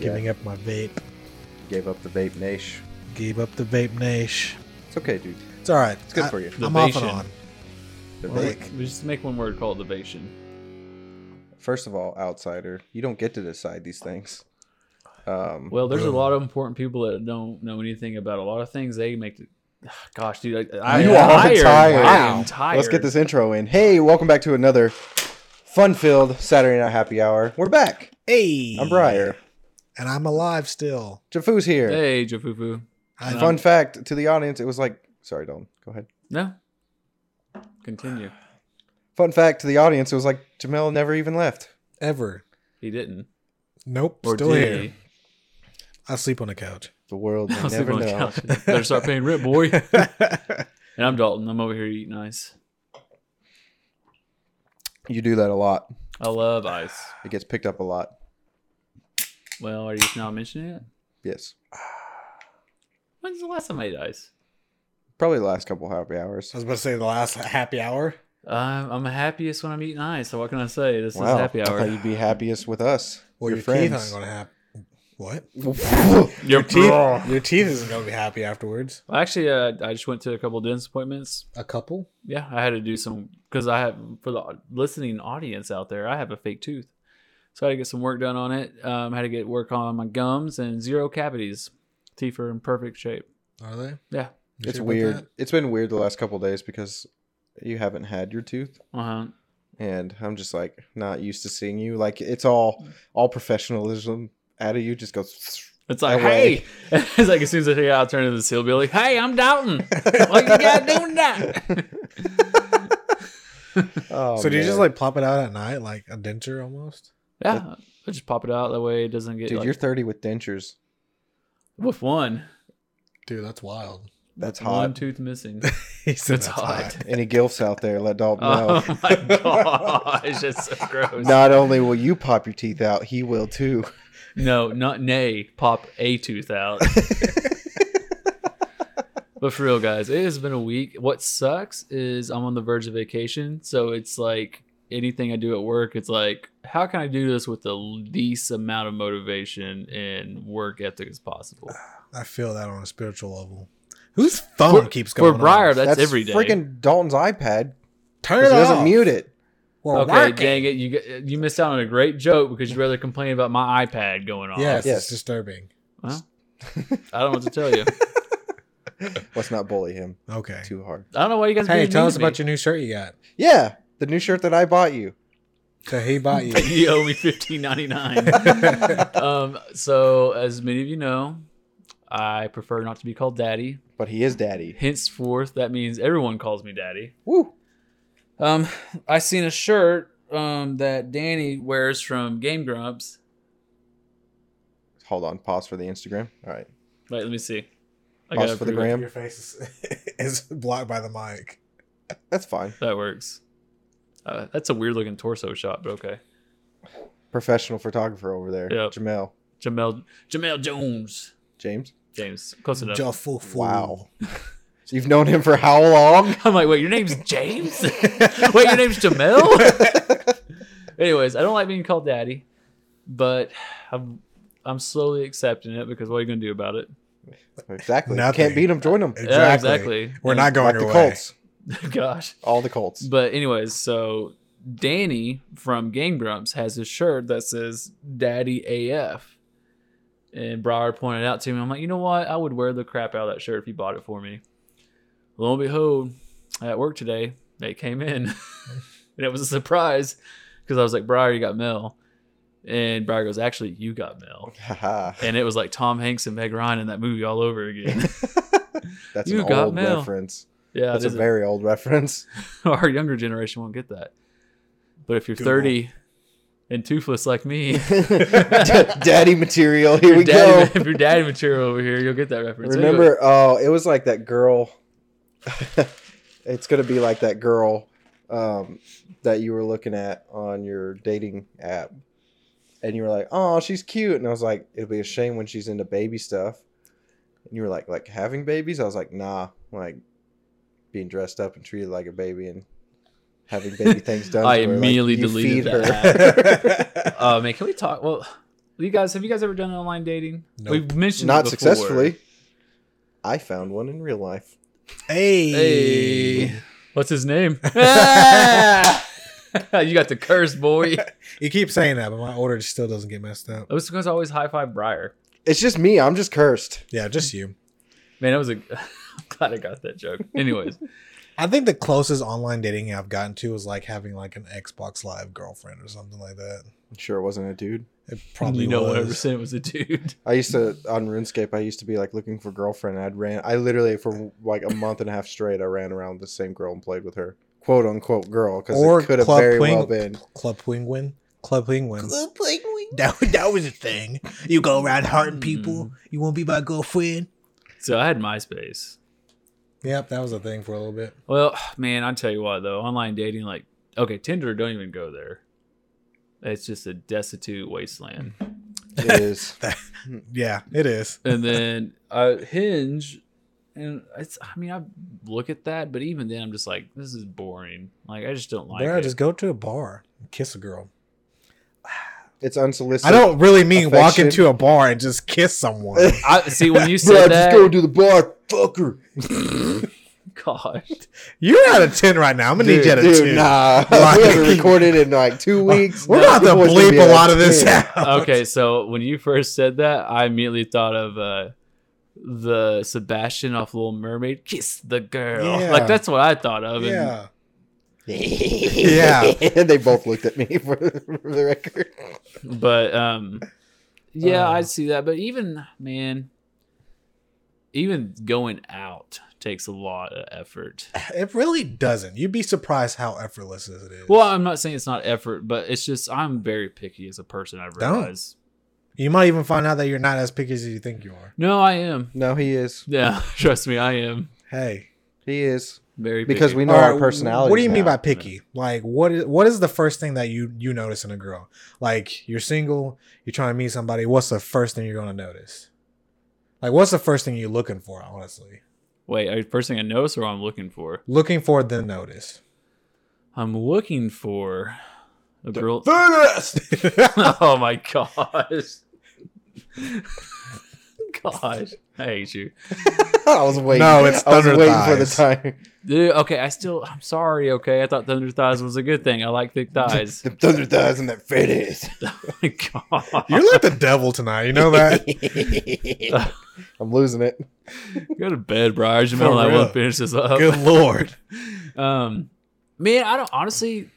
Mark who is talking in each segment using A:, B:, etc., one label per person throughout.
A: Giving up my vape.
B: Gave up the vape niche.
A: Gave up the vape niche.
B: It's okay, dude.
A: It's all right.
B: It's good for you.
A: I, am off and
C: Vibation.
A: on.
B: The
A: Well,
B: vape.
C: We just make one word called evasion.
B: First of all, outsider, you don't get to decide these things. Um,
C: Well, there's a
A: Boom.
C: lot of important people that don't know anything about a lot of things. They make the. Gosh, dude, I, I,
B: you
C: am
B: are
C: tired.
B: tired.
C: I am tired.
B: Let's get this intro in. Hey, welcome back to another fun-filled Saturday Night Happy Hour. We're back.
A: Hey,
B: I'm Briar.
A: and I'm alive still.
B: Jafu's here.
C: Hey, Jafufu.
A: I,
C: No.
B: Fun fact to the audience: It was like, sorry, Don, go ahead.
C: No. Continue.
B: Fun fact to the audience: It was like Jamel never even left.
A: Ever.
C: He didn't.
A: Nope.
C: Or
A: still
C: did
A: here. I sleep on the couch.
B: The world
C: he? I
B: will
C: was
B: never
C: sleeping on the
B: know.
C: couch. Better start paying rent, boy. And I'm Dalton. I'm over here eating ice.
B: You do that a lot.
C: I love ice.
B: It gets picked up a lot.
C: Well, are you not mentioning it?
B: Yes,
C: When's the last time I ate ice?
B: probably the last couple happy hours.
A: I was about to say the last happy hour.
C: Uh, I'm I'm happiest when I'm eating ice. So what can I say? This
B: Wow,
C: is happy
B: I thought
C: hour.
B: you'd be happiest with us.
A: Well, your,
B: your,
A: teeth
B: friends.
A: aren't going to happen. What?
C: Your
A: Teeth, your teeth isn't going to be happy afterwards.
C: Well, Actually, uh, I just went to a couple dentist appointments.
A: A couple?
C: Yeah, I had to do some because I have for the listening audience out there, I have a fake tooth, so I had to get some work done on it. Um, had to get work on my gums and zero cavities. Teeth are in perfect shape.
A: Are they?
C: Yeah.
A: You
B: It's
A: sure about
B: weird.
A: that?
B: It's been weird the last couple days because you haven't had your tooth,
C: Uh huh.
B: and I'm just like not used to seeing you. Like it's all all professionalism out of you. Just goes.
C: It's like,
B: way.
C: hey, it's like as soon as I take it out, I turn into the seal, be like, hey, I'm Dalton. what you got doing that?
B: Oh,
A: so do you just
B: man.
A: like plop it out at night, like a denture almost?
C: yeah, I just pop it out that way it doesn't get
B: dude?
C: like,
B: you're 30 with dentures.
C: with one,
A: Dude, that's wild.
B: That's
C: one
B: hot.
C: tooth missing.
A: He said
C: It's hot.
B: Any gilfs out there? Let Dalton know.
C: Oh my gosh, it's so gross.
B: Not only will you pop your teeth out, he will too.
C: No, not nay. Pop a tooth out. but for real, guys, it has been a week. What sucks is I'm on the verge of vacation, so it's like anything I do at work, it's like, how can I do this with the least amount of motivation and work ethic as possible?
A: I feel that on a spiritual level. Whose phone
C: For-
A: keeps
C: for
A: going
C: Briar,
A: off?
C: that's, every day.
B: Freaking Dalton's iPad.
A: Turn
B: 'cause
A: it
B: He doesn't
A: off.
B: mute it.
A: We're
C: Okay,
A: working.
C: dang it, you got- you missed out on a great joke because you'd rather complain about my iPad going off.
A: Yes,
B: Yes.
A: it's disturbing.
C: Well, I don't know what to tell you.
B: Let's not bully him
A: Okay.
B: too hard.
C: I don't know why you guys.
A: Hey, tell us about your new shirt you got
B: Yeah, the new shirt that I bought you.
A: that he bought you.
C: you owe me fifteen ninety nine. um, so as many of you know, I prefer not to be called daddy.
B: But he is daddy.
C: Henceforth, that means everyone calls me daddy.
B: Woo.
C: Um, I seen a shirt um that Danny wears from Game Grumps.
B: Hold on. Pause for the Instagram. All right.
C: Wait, let me see. I
B: Pause
C: gotta
B: for the
C: figure
B: gram.
A: Your face is, is blocked by the mic.
B: That's fine.
C: if That works. Uh, that's a weird looking torso shot, but okay.
B: Professional photographer over there.
C: Yep.
B: Jamel.
C: Jamel Jamel Jones.
B: James.
C: James, close enough.
A: Jaffufu.
B: Wow. You've known him for how long?
C: I'm like, wait, your name's James? wait, your name's Jamel? Anyways, I don't like being called daddy, but I'm I'm slowly accepting it because what are you gonna do about it?
B: Exactly.
A: Nothing.
B: Can't beat him. Join him.
A: Exactly.
C: Yeah, exactly.
A: We're not going
B: Like
A: away.
B: the Colts.
C: Gosh.
B: All the Colts.
C: But anyways, so Danny from Game Grumps has a shirt that says Daddy AF. And Briar pointed out to me, I'm like, you know what? I would wear the crap out of that shirt if you bought it for me. Lo and behold, at work today, they came in. and it was a surprise because I was like, Briar, you got mail. And Briar goes, actually, you got mail.
B: Haha.
C: And it was like Tom Hanks and Meg Ryan in that movie all over again.
B: That's
C: You
B: an
C: got
B: old
C: mail.
B: reference.
C: yeah,
B: That's a
C: there's a-
B: very old reference.
C: our younger generation won't get that. But if you're
A: Google.
C: 30 and toothless like me,
B: daddy material. Here
C: your
B: we
C: daddy,
B: go.
C: if your daddy material over here, you'll get that reference. Anyway,
B: Remember, oh, it was like that girl. it's gonna be like that girl um, that you were looking at on your dating app, and you were like, "Oh, she's cute," and I was like, "It'll be a shame when she's into baby stuff." And you were like, "Like having babies?" I was like, "Nah, like being dressed up and treated like a baby and having baby things done."
C: I
B: to her, like,
C: immediately
B: you
C: deleted
B: feed her."
C: that. uh, man, can we talk? Well, You guys, have you guys ever done online dating?
A: Nope.
C: We've mentioned
B: Not
C: it before.
B: successfully. I found one in real life.
A: Hey.
C: Hey, what's his name? Ah! you got the curse, boy.
A: You keep saying that, but my order just still doesn't get messed up.
C: It was because I always high five Briar.
B: It's just me. I'm just cursed.
A: Yeah, just you.
C: Man, that was a. I'm glad I got that joke. Anyways,
A: I think the closest online dating I've gotten to was like having like an Xbox Live girlfriend or something like that.
B: I'm sure it wasn't a dude.
A: It probably
C: you know
A: was.
C: one hundred percent was a dude.
B: I used to on RuneScape. I used to be like looking for girlfriend. I'd ran. I literally for like a month and a half straight. I ran around the same girl and played with her, quote unquote girl, because
A: Or
B: it could have
A: Club
B: very
A: Penguin-
B: well been.
A: Club Penguin. Club Penguin. Club Penguin. That, that was a thing. You go around hurting
C: Mm.
A: people. You won't be my girlfriend.
C: So I had MySpace.
A: Yep, that was a thing for a little bit.
C: Well, man, I tell you what though, online dating, like, okay, Tinder, don't even go there. It's just a destitute wasteland.
B: It is.
A: Yeah, it is.
C: and then uh, Hinge, and it's. I mean, I look at that, but even then, I'm just like, this is boring. Like, I just don't like
A: Bro,
C: it.
A: just go to a bar and kiss a girl.
B: It's unsolicited.
A: I don't really mean walk
B: affection.
A: into a bar and just kiss someone.
C: I see when you
B: Bro,
C: said that.
B: just go to the bar, fucker.
C: gosh,
A: You're out of 10 right now. I'm going to need you at a 10.
B: nah.
A: Like-
B: we haven't recorded in like two weeks.
A: We're
B: This
A: about to
B: boy's gonna be
A: bleep
B: at
A: a lot of this
B: 10.
A: out.
C: okay, so when you first said that, I immediately thought of uh, the Sebastian off Little Mermaid, kiss the girl.
A: Yeah.
C: Like that's what I thought of. and-
A: Yeah.
B: yeah. they both looked at me for, for the record.
C: but um, yeah,
A: Uh.
C: I see that. But even man, even going out takes a lot of effort.
A: It really doesn't. You'd be surprised how effortless it is.
C: Well, I'm not saying it's not effort, but it's just I'm very picky as a person. I realize.
A: you might even find out that you're not as picky as you think you are.
C: No, I am.
B: No, he is.
C: Yeah, trust me, I am
A: Hey.
B: He is.
C: very
B: Because
C: picky.
B: we know
A: All right,
B: our
C: Oh,
B: personalities.
A: What do you mean
B: now.
A: by picky? Like, what is what is the first thing that you you notice in a girl? Like, you're single, you're trying to meet somebody. What's the first thing you're gonna notice? Like, what's the first thing you're looking for? Honestly,
C: Wait, are you first thing I notice or I'm looking for?
A: looking for the notice.
C: I'm looking for a girl.
A: First.
C: oh my gosh. gosh. I hate you.
B: I was waiting.
A: No, it's
B: I was
A: thunder
B: waiting
A: thighs.
B: for the time.
C: Dude, okay, I still I'm sorry, okay. I thought thunder thighs was a good thing. I like thick thighs.
B: The thunder thighs and that fat ass.
C: God.
A: you're like the devil tonight. You know that.
B: I'm losing it.
C: Go to bed, Briar. You
A: For
C: know I
A: real.
C: won't finish this up.
A: Good lord.
C: Um man, I don't honestly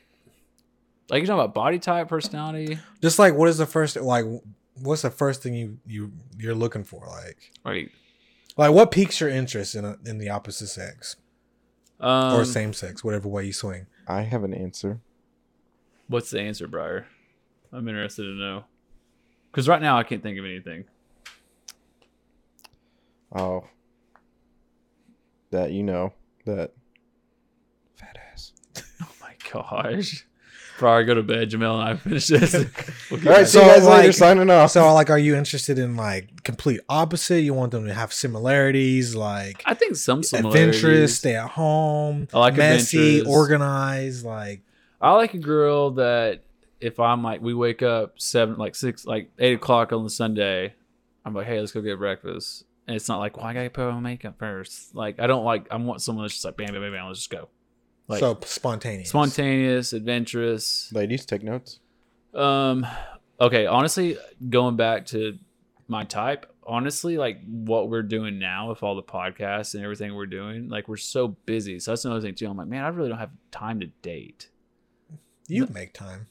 C: like you're talking about body type, personality.
A: Just like, what is the first like? What's the first thing you you you're looking for? Like,
C: Right.
A: like what piques your interest in a, in the opposite sex
C: Um,
A: or same sex, whatever way you swing?
B: I have an answer.
C: What's the answer, Briar? I'm interested to know. Because right now I can't think of anything.
B: Oh. That you know. That fat ass.
C: Oh my gosh. Briar, go to bed. Jamel and I finish this. We'll get
B: All right,
C: back.
B: see you
A: So,
B: guys later.
A: like-
B: Signing off.
A: So, like, are you interested in like complete opposite? You want them to have similarities, like
C: I think some
A: adventurous,
C: similarities.
A: stay at home,
C: I like
A: messy,
C: adventurous.
A: organized, like
C: I like a girl that if I'm like, we wake up seven, like six, like eight o'clock on the Sunday, I'm like, hey, let's go get breakfast. And it's not like, well, I gotta put on makeup first. Like, I don't like, I want someone that's just like, bam, bam, bam, bam, let's just go. Like,
A: so spontaneous.
C: spontaneous, adventurous.
B: Ladies, take notes.
C: Um, okay, honestly, going back to my type, honestly, like what we're doing now with all the podcasts and everything we're doing, like we're so busy. So that's another thing too. I'm like, man, I really don't have time to date.
A: You make time.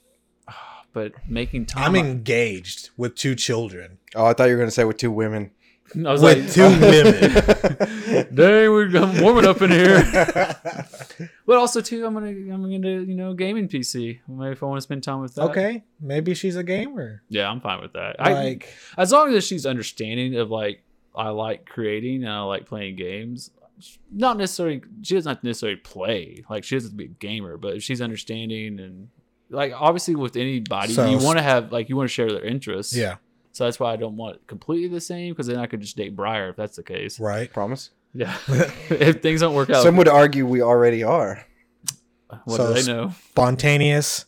C: But making time,
A: I'm engaged with two children,
B: Oh, I thought you were going to say with two women. Oh.
C: I was
A: with
C: like, "Oh,
A: two women.
C: dang, we're I'm warming up in here. but also too, I'm gonna, I'm gonna, you know, gaming PC. Maybe if I want to spend time with that.
A: okay, maybe she's a gamer.
C: Yeah, I'm fine with that. I,
A: Like,
C: as long as she's understanding of like I like creating and I like playing games. Not necessarily she doesn't have to necessarily play. Like she doesn't have to be a gamer, but if she's understanding and like obviously with anybody
A: So-
C: you want to have like you want to share their interests.
A: yeah,
C: So that's why I don't want it completely the same because then I could just date Briar if that's the case.
A: right.
B: Promise?
C: Yeah. if things don't work out,
B: Some would argue we already are.
C: what
A: So-
C: do they know?
A: Spontaneous,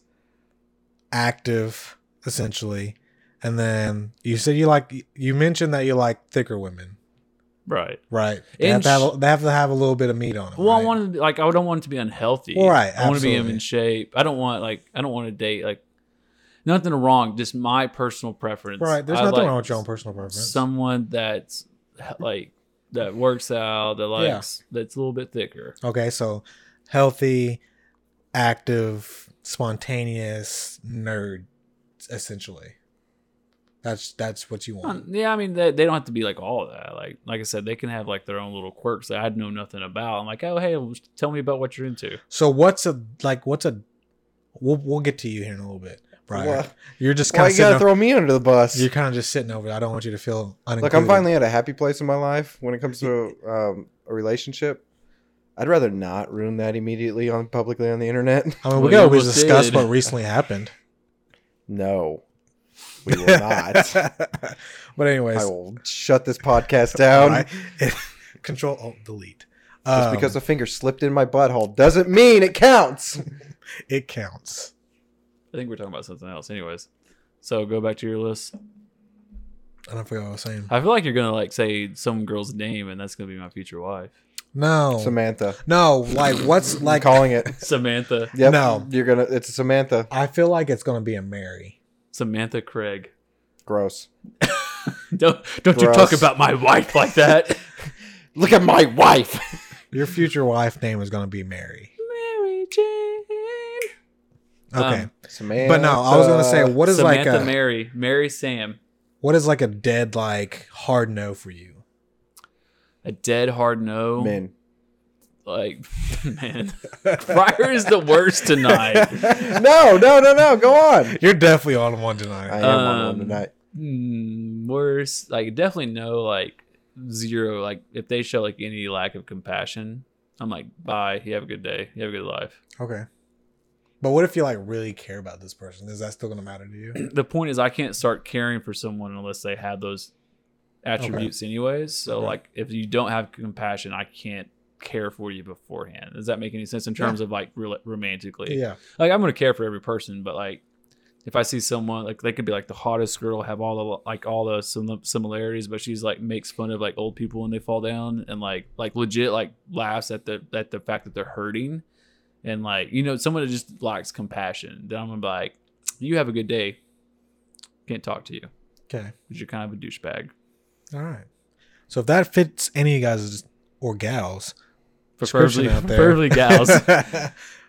A: active, essentially, And then you said you like you mentioned that you like thicker women,
C: Right.
A: right? They
C: And
A: have, to
C: sh-
A: have, a, they have to have a little bit of meat on them.
C: Well, I
A: right?
C: wanted like I don't want it to be unhealthy.
A: Well, right,
C: I want to be
A: absolutely.
C: in shape. I don't want like I don't want to date like nothing wrong. Just my personal preference.
A: right. There's
C: I
A: nothing
C: like
A: wrong with your own personal preference.
C: Someone that's like that works out. That
A: Yeah.
C: likes that's a little bit thicker.
A: Okay, so healthy, active, spontaneous nerd, essentially. That's that's what you
C: Um,
A: want.
C: Yeah, I mean they, they don't have to be like all that. Like like I said, they can have like their own little quirks that I know nothing about. I'm like, oh hey, well, just tell me about what you're into.
A: So what's a like? What's a? We'll we'll get to you here in a little bit, Brian.
B: Why,
A: You're just
B: why
A: kind of
B: you
A: sitting.
B: gotta
A: Over,
B: throw me under the bus?
A: you're kind of just sitting over. there. I don't want you to feel unincluded.
B: Look, I'm finally at a happy place in my life when it comes to um, a relationship. I'd rather not ruin that immediately on publicly on the internet.
A: I mean,
C: Well,
A: we gotta
C: you
A: always
C: almost
A: discuss
C: did.
A: what recently happened.
B: No, we will not.
A: but anyways,
B: I will shut this podcast
A: all
B: down.
A: right. control alt delete.
B: Just
A: Um,
B: because a finger slipped in my butthole doesn't mean it counts.
A: it counts.
C: I think we're talking about something else, anyways. So go back to your list.
A: I don't forget what I was saying.
C: I feel like you're gonna like say some girl's name, and that's gonna be my future wife,
A: No,
B: Samantha,
A: no. Like, what's Oh,
B: like
A: like?
B: calling it.
C: Samantha.
B: Yep,
A: No.
B: you're gonna. It's Samantha.
A: I feel like it's gonna be a Mary.
C: Samantha Craig.
B: Gross.
C: Don't don't you
B: Gross.
C: talk about my wife like that.
B: Look at my wife.
A: Your future wife name is gonna be Mary.
C: Mary Jane.
A: Okay,
C: Um,
B: Samantha.
A: but no, I was gonna say what is
C: Samantha
A: like a
C: Mary. Mary Sam.
A: what is like a dead like hard no for you?
C: A dead hard no.
B: men.
C: Like man. Fryer is the worst tonight.
B: no, no, no, no. Go on.
A: You're definitely on one
B: I
A: tonight.
B: am on one
C: Um,
B: tonight.
C: Mm, worse. Like definitely no like zero. Like if they show like any lack of compassion, I'm like, bye. You have a good day. You have a good life.
A: Okay, but what if you like really care about this person? Is that still gonna matter to you?
C: the point is I can't start caring for someone unless they have those attributes anyways. So
A: Okay.
C: like if you don't have compassion, I can't care for you beforehand. Does that make any sense in
A: Yeah.
C: terms of like rela romantically?
A: Yeah,
C: Like I'm going to care for every person, but like if I see someone like they could be like the hottest girl, have all the like all the sim- similarities, but she's like makes fun of like old people when they fall down and like like legit like laughs at the at the fact that they're hurting and like you know someone that just lacks compassion, then I'm gonna be like, you have a good day. Can't talk to you
A: okay,
C: because you're kind of a douchebag.
A: all right. So if that fits any of you guys or gals,
C: Preferably,
A: Description out there.
C: preferably gals.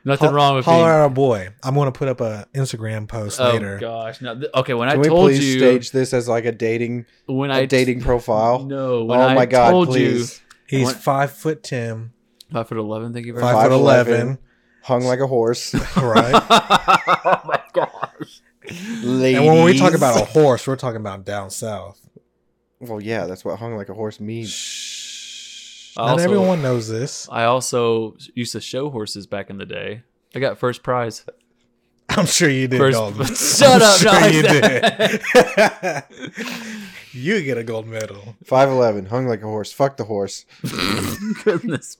C: Nothing
A: Ho-
C: wrong with
A: holler
C: being.
A: at our boy. I'm gonna put up a Instagram post
C: Oh
A: later.
C: gosh! Now, th- okay, when
B: Can
C: I
B: we
C: told
B: please
C: you
B: stage this as like a dating
C: when
B: a
C: I
B: dating profile?
C: No, when
B: oh
C: I
B: my god!
C: told you
B: please,
A: He's
C: What?
A: five foot ten,
C: Five foot eleven. Thank you very
A: five,
B: Five
A: foot eleven.
B: eleven. hung like a horse.
A: right?
C: much. oh my gosh!
A: And when we
B: Ladies.
A: talk about a horse, we're talking about down south.
B: well, yeah, that's what hung like a horse means.
A: Shh.
C: I
A: Not
C: also-
A: everyone knows this.
C: I also used to show horses back in the day. I got first prize.
A: I'm sure you did,
C: First-
A: Dalton. I'm
C: Shut up, not like
A: you
C: that.
A: did. you get a gold medal.
B: Five eleven, hung like a horse. Fuck the horse.
C: Goodness,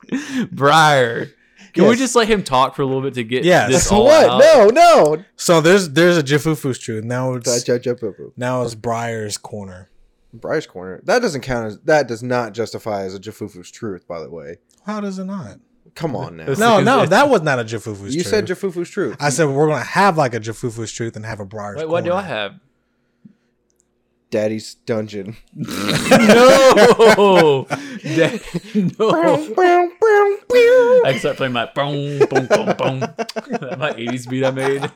C: Briar. Can we
B: Yes.
C: just let him talk for a little bit to get
A: Yes.
C: this
A: So
C: all
B: what?
C: out?
B: No, no.
A: So there's there's a Jifufu's truth. Now it's
B: Judge up, up, up.
A: now it's Briar's corner.
B: Bryce corner. That doesn't count as. That does not justify as a Jafufu's truth. By the way,
A: How does it not?
B: come on now.
C: It's
A: No,
C: because
A: no,
C: it-
A: that was not a Jifufu's
B: You
A: truth.
B: said Jafufu's truth.
A: I said we're gonna have like a Jifufu's truth and have a Briar's
C: Wait,
A: corner.
C: what do I have?
B: Daddy's dungeon.
C: no, Da- no.
B: That's
C: I start playing my boom, boom, boom, boom. my '80s beat I made.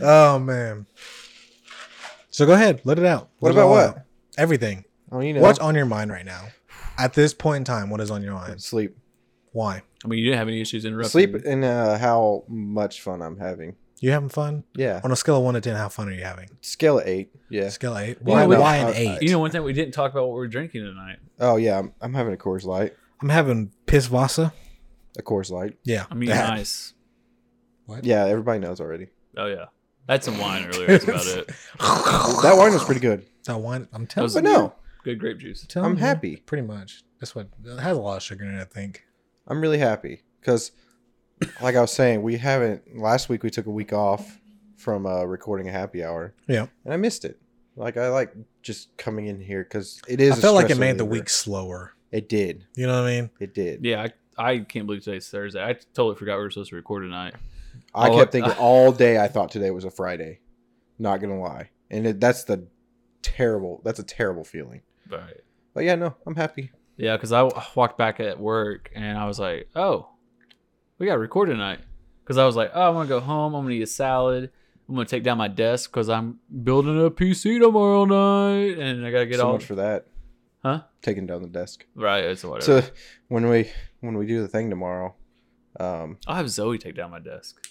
A: Oh man. So go ahead, let it out.
B: What
A: Let it
B: about
A: all
B: what?
A: out. Everything.
B: Oh, you know,
A: What's on your mind right now? At this point in time, what is on your mind?
B: sleep,
A: Why?
C: I mean, you didn't have any issues interrupting.
B: sleep,
C: me.
B: and uh, how much fun I'm having.
A: You having fun?
B: Yeah,
A: On a scale of one to ten, how fun are you having?
B: scale of eight. Yeah.
A: Scale of eight.
C: Well,
A: Why?
C: we-
A: why an
B: uh,
A: eight?
C: You know, one time we didn't talk about what we are drinking tonight.
B: Oh yeah, I'm, I'm having a Coors Light.
A: I'm having piss Vasa.
B: A Coors Light.
A: Yeah.
C: I mean,
A: that.
C: nice.
A: What?
B: Yeah, everybody knows already.
C: Oh yeah, I had some wine earlier. That's about it.
B: That wine was pretty good.
A: That wine. I'm
C: That
A: telling.
C: was-
A: you.
B: But no,
C: Good grape juice.
A: telling
B: I'm
A: you,
B: happy.
A: Pretty much. That's what. It has a lot of sugar in it. I think.
B: I'm really happy because, like I was saying, we haven't. Last week we took a week off from uh, recording a happy hour.
A: Yeah.
B: and I missed it. Like I like just coming in here because it is.
A: I
B: a
A: felt like it
B: stress
A: made the
B: reliever.
A: week slower.
B: It did.
A: You know what I mean?
B: It did.
C: Yeah, I, I can't believe today's Thursday. I totally forgot we were supposed to record tonight.
B: I
C: Oh,
B: kept
C: it-
B: thinking all day. I thought today was a Friday. Not gonna lie, and it, that's the terrible. That's a terrible feeling.
C: But
B: But yeah, no, I'm happy.
C: yeah, because I w- walked back at work and I was like, oh, we got to record tonight. Because I was like, oh, I'm going to go home. I'm going to eat a salad. I'm going to take down my desk because I'm building a PC tomorrow night. And I got to get
B: so
C: all.
B: much for that.
C: Huh?
B: Taking down the desk.
C: right. It's whatever.
B: So when we when we do the thing tomorrow, um,
C: I'll have Zoe take down my desk.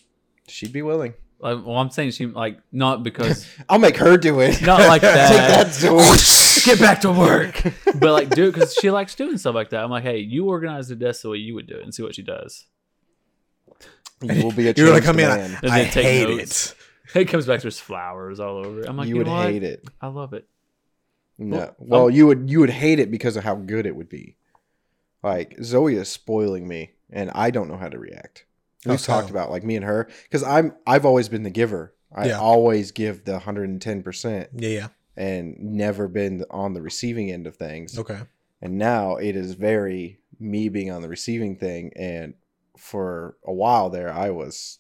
B: she'd be willing.
C: Like, well, I'm saying she, like, not because,
B: I'll make her do it.
C: not like that. Oh,
B: Take that, Zoe.
C: Get back to work. but like do it because she likes doing stuff like that. I'm like, hey, you organize the desk the way you would do it and see what she does.
B: You will be a
A: You're
B: You're
A: gonna
B: come
A: come in,
B: man.
C: And
A: I
C: then take
A: hate
C: notes.
A: it.
C: It comes back, there's flowers all over. it. I'm like,
B: you
C: you,
B: would
C: know what?
B: hate it.
C: I love it.
B: No.
C: Well,
B: Well,
C: I'm-
B: you would you would hate it because of how good it would be. Like Zoe is spoiling me, and I don't know how to react.
A: How
B: We've talked
A: so?
B: about like me and her because I'm I've always been the giver. I
A: Yeah.
B: always give the 110 percent
A: Yeah, yeah.
B: and never been on the receiving end of things.
A: Okay.
B: And now it is very me being on the receiving thing. And for a while there, I was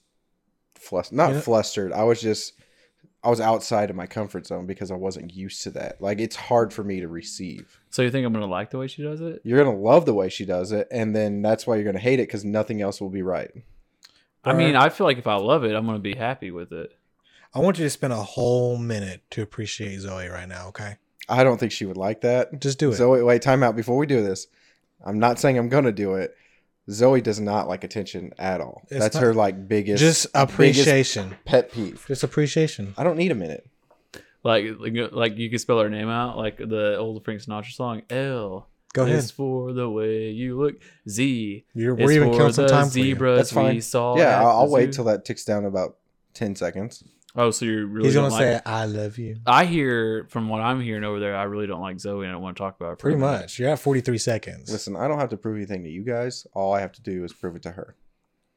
B: flustered. Not
A: Yeah.
B: flustered. I was just, I was outside of my comfort zone because I wasn't used to that. Like, it's hard for me to receive.
C: So you think I'm gonna like the way she does it?
B: You're going to love the way she does it. And then that's why you're going to hate it because nothing else will be right.
C: I mean,
A: Burn.
C: I feel like if I love it, I'm gonna be happy with it.
A: I want you to spend a whole minute to appreciate Zoe right now, okay?
B: I don't think she would like that.
A: Just do it.
B: Zoe, wait, time out before we do this. I'm not saying I'm going to do it. Zoe does not like attention at all.
A: It's
B: that's
A: not-
B: her like biggest
A: Just appreciation.
B: pet peeve.
A: Just appreciation.
B: I don't need a minute.
C: Like, like, like you can spell her name out, like the old Frank Sinatra song. L
A: Go
C: is
A: ahead.
C: for the way you look. Z
A: You're,
C: is
A: we're even
C: for
A: killing some
C: the
A: time for you.
C: zebras
B: That's fine.
C: we saw.
B: yeah,
C: at
B: I'll, I'll
C: the
B: wait
C: zoo.
B: till that ticks down about 10 seconds.
C: Oh, so you're really
A: He's
C: don't
A: gonna
C: like
A: say,
C: it.
A: "I love you."
C: I hear from what I'm hearing over there, I really don't like Zoe and I don't want to talk about her. for
A: Pretty
C: a minute.
A: much. You're at 43 seconds.
B: Listen, I don't have to prove anything to you guys. All I have to do is prove it to her.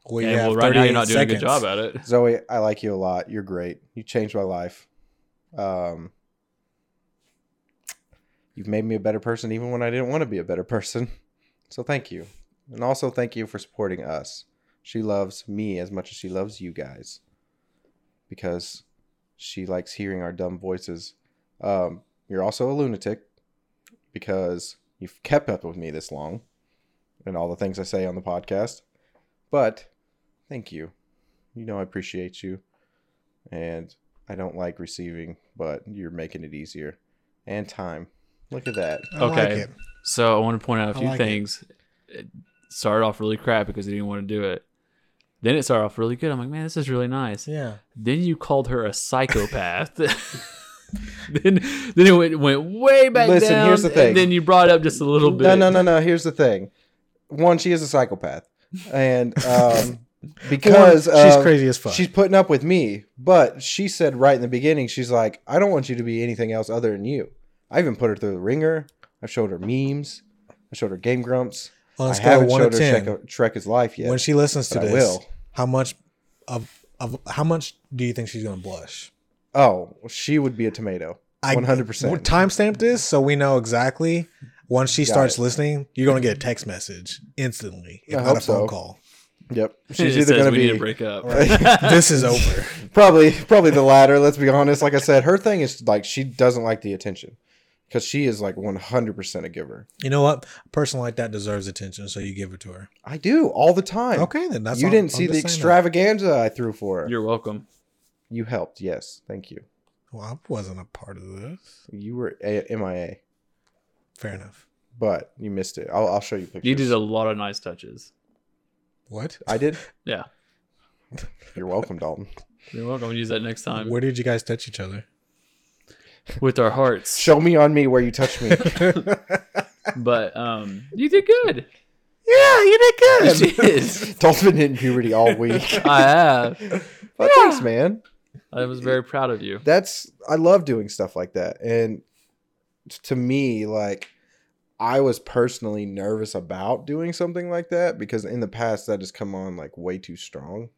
A: Well,
C: Yeah,
A: you
C: well,
A: have
C: right now you're
A: 38
C: not doing a good
A: seconds.
C: job at it.
B: Zoe, I like you a lot. You're great. You changed my life. Um, you've made me a better person even when I didn't want to be a better person. So thank you. And also thank you for supporting us. She loves me as much as she loves you guys because she likes hearing our dumb voices. Um, you're also a lunatic because you've kept up with me this long and all the things I say on the podcast. But thank you you know I appreciate you, and I don't like receiving, but you're making it easier. And time, look at that.
A: I like
C: Okay.
A: it.
C: So I want to point out a
A: I
C: few
A: like it.
C: things. It started off really crap because I didn't want to do it. Then it started off really good. I'm like, man, this is really nice.
A: Yeah.
C: Then you called her a psychopath. then then it went, went way back
B: Listen,
C: down.
B: here's the
C: And
B: thing.
C: then you brought it up just a little bit.
B: No, no, no, no. Here's the thing: one, she is a psychopath, and um, because
A: Or she's
B: of-
A: crazy as fuck.
B: She's putting up with me, but she said right in the beginning, she's like, "I don't want you to be anything else other than you." I even put her through the ringer. I showed her memes. I showed her Game Grumps.
A: on a
B: I
A: scale of
B: haven't
A: one to
B: showed her
A: ten,
B: Shrek, Shrek is Life yet.
A: when she listens to
B: but I
A: this,
B: will.
A: how much of of how much do you think she's gonna blush?
B: Oh, she would be a tomato.
A: I-
B: One hundred percent.
A: Timestamp this so we know exactly. Once she
B: Got
A: starts
B: it.
A: listening, you're gonna get a text message instantly, if
B: I
A: not a
B: hope
A: phone
B: so.
A: call.
B: Yep.
C: She
B: She's
C: just
B: either
C: says
B: gonna
C: we need to
B: be
C: break up.
A: this is over.
B: probably probably the latter. Let's be honest. Like I said, her thing is like she doesn't like the attention because she is like one hundred percent a giver.
A: You know what? A person like that deserves attention, so you give it to her.
B: I do all the time.
A: Okay, then that's
B: you
A: all-
B: didn't
A: I'm
B: see the
A: just saying
B: extravaganza I threw for her.
C: You're welcome.
B: you helped. Yes, thank you.
A: that. Well, I wasn't a part of this.
B: You were a- MIA,
A: Fair enough.
B: but you missed it. I'll, I'll show you pictures.
C: You did a lot of nice touches.
A: What?
B: I did.
C: Yeah.
B: You're welcome, Dalton.
C: You're welcome. We'll use that next time
A: Where did you guys touch each other?
C: with our hearts.
B: Show me on me where you touched me.
C: But um, you did good.
A: Yeah, you did
C: You did.
B: Dalton been in puberty all week.
C: I have.
B: But thanks, man.
C: I was very proud of you.
B: that's I love doing stuff like that. And to me, like I was personally nervous about doing something like that because in the past that has come on like way too strong.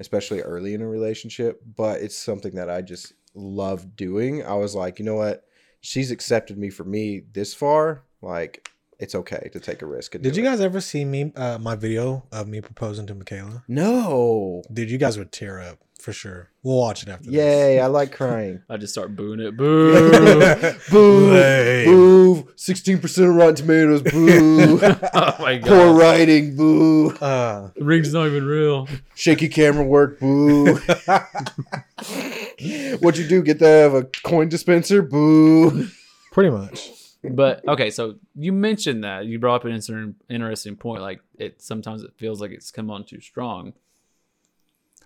B: especially early in a relationship, but it's something that I just love doing. I was like, you know what? She's accepted me for me this far. Like, it's okay to take a risk. And
A: Did
B: do
A: you
B: it.
A: guys ever see me uh, my video of me proposing to Michaela?
B: No.
A: Dude, you guys would tear up for sure. We'll watch it after.
B: Yay! I like crying.
C: I just start booing it. Boo!
A: This.
B: boo.
A: Lame.
B: Boo. Sixteen percent of Rotten Tomatoes. Boo.
C: oh my
B: Poor
C: god.
B: writing. Boo.
A: Uh,
C: Ring's not even real.
B: Shaky camera work. Boo. What'd you do? Get to have a coin dispenser? Boo.
A: pretty much.
C: But okay, so you mentioned that you brought up an inter- interesting point. Like it sometimes it feels like it's come on too strong.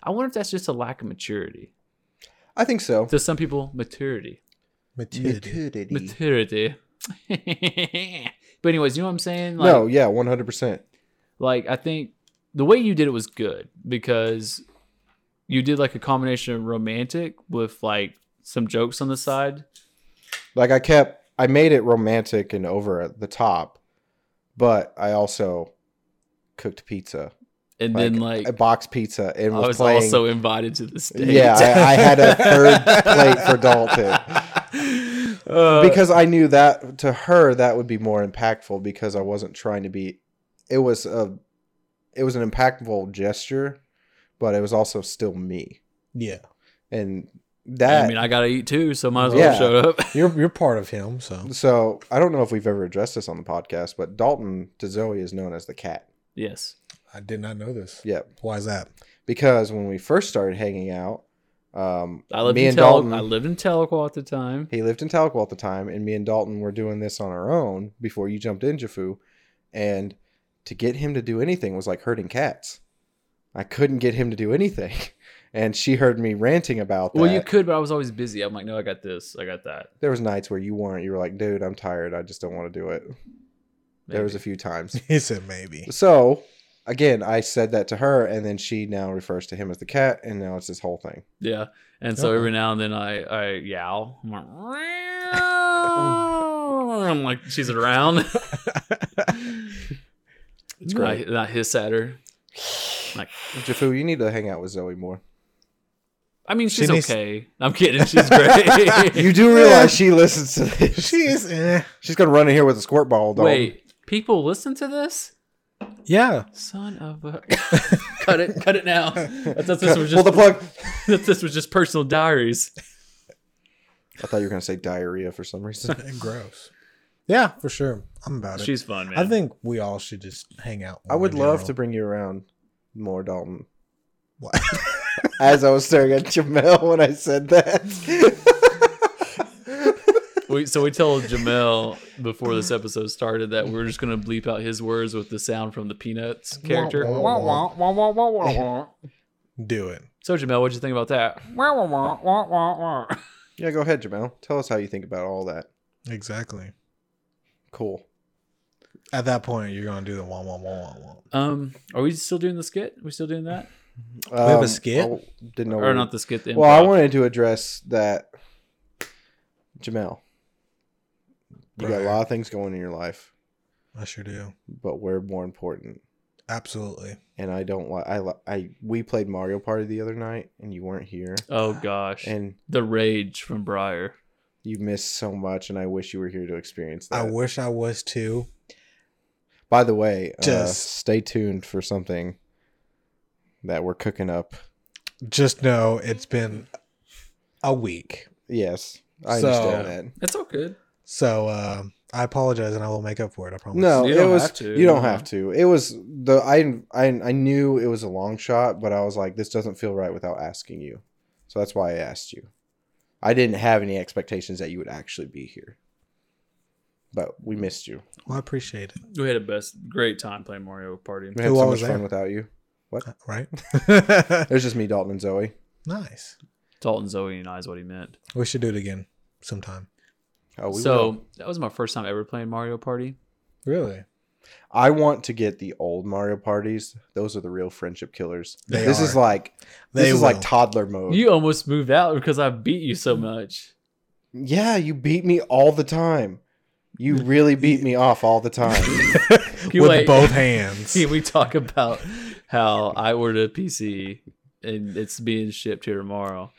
C: I wonder if that's just a lack of maturity.
B: I think so.
C: To some people, maturity.
A: Matilda.
B: Mm.
C: Maturity. but anyways, you know what I'm saying? Like,
B: No, yeah, one hundred percent.
C: like I think the way you did it was good because you did like a combination of romantic with like some jokes on the side.
B: Like I kept, I made it romantic and over at the top, but I also cooked pizza
C: And then like
B: a box pizza and
C: I
B: was,
C: was
B: playing.
C: also invited to the stage.
B: yeah, I, I had a third plate for Dalton
C: Uh,
B: because I knew that to her that would be more impactful because I wasn't trying to be. It was a, it was an impactful gesture, but it was also still me,
A: Yeah,
B: and
C: I
B: that
C: mean, I gotta eat too, so might as well
B: Yeah.
C: show up.
A: you're you're part of him, so
B: So I don't know if we've ever addressed this on the podcast, but Dalton to Zoe is known as the cat.
C: yes.
A: I did not know this.
B: Yep.
A: Why is that?
B: Because when we first started hanging out, um,
C: I lived
B: me
C: in
B: and
C: Tal-
B: Dalton,
C: I lived in Tahlequah at the time.
B: he lived in Tahlequah at the time, and me and Dalton were doing this on our own before you jumped in, Jafu. And to get him to do anything was like hurting cats. I couldn't get him to do anything. And she heard me ranting about that.
C: Well, you could, but I was always busy. I'm like, no, I got this, I got that.
B: there was nights where you weren't. You were like, dude, I'm tired. I just don't want to do it. There was a
C: Maybe.
B: few times.
A: He said maybe.
B: So again, I said that to her, and then she now refers to him as the cat, and now it's this whole thing.
C: yeah. And so
B: Oh.
A: Okay.
C: every now and then I I yowl. I'm like, I'm like she's around. it's
B: great.
C: And I hiss at her.
B: Jafu, you need to hang out with Zoe more.
C: I mean,
A: She
C: she's
A: needs-
C: okay. I'm kidding. She's great.
B: You do realize she listens to this.
A: She is. Eh.
B: She's gonna run in here with a squirt ball. Dalton.
C: Wait, people listen to this?
A: Yeah.
C: Son of a. cut it. Cut it now. I thought this was
B: pull
C: just,
B: the plug.
C: that this was just personal diaries.
B: I thought you were gonna say diarrhea for some reason.
A: And gross. Yeah, for sure. I'm about it.
C: She's fun, man.
A: I think we all should just hang out.
B: I would
A: in
B: love to
A: general.
B: bring you around more, Dalton.
A: What?
B: As I was staring at Jamel when I said that.
C: We, so we told Jamel before this episode started that we're just gonna bleep out his words with the sound from the Peanuts character.
A: Wah, wah, do it.
C: So Jamel, what'd you think about that?
B: yeah, go ahead, Jamel. Tell us how you think about all that.
A: Exactly.
B: Cool.
A: At that point, you're gonna do the wah wah wah wah wah.
C: Um, are we still doing the skit? we still doing that,
A: have a
B: Um,
A: skit?
B: I didn't know.
C: or
B: we-
C: not the skit? The
B: Well, I
C: improv.
B: wanted to address that, Jamel. You got a
A: Right.
B: lot of things going in your life,
A: I sure do.
B: but we're more important.
A: Absolutely.
B: And I don't like. I li- I we played Mario Party the other night, and you weren't here,
C: Oh gosh,
B: and
C: the rage from Briar.
B: you missed so much. And I wish you were here to experience
A: I
B: that.
A: wish I was too.
B: By the way, uh,
A: Just-
B: stay tuned for something that we're cooking up.
A: Just know it's been a week.
B: Yes, I
A: So-
B: understand that.
C: It's all good.
A: So uh, I apologize and I will make up for it. I promise.
B: No,
C: You
B: it
C: don't
B: was
C: have to.
B: you don't have to. It was the I, I I knew it was a long shot, but I was like, this doesn't feel right without asking you, so that's why I asked you. I didn't have any expectations that you would actually be here, but we missed you.
A: Well, I appreciate it.
C: We had a best great time playing Mario Party.
B: We had
A: Who
B: so
A: all was
B: much fun
A: there?
B: without you.
A: Right?
B: There's just me, Dalton, and Zoe.
A: nice.
C: Dalton, Zoe, and I is what he meant.
A: We should do it again sometime.
B: Oh, we
C: so
B: will.
C: that was my first time ever playing Mario Party.
A: Really?
B: I want to get the old Mario parties. Those are the real friendship killers.
A: They
B: this is
A: are.
B: like this
A: They
B: is like
A: will.
B: toddler mode.
C: You almost moved out because I beat you so much.
B: yeah, you beat me all the time. You really beat me off all the time.
A: With
C: wait.
A: both hands.
C: Can we talk about how I ordered a PC and it's being shipped here tomorrow,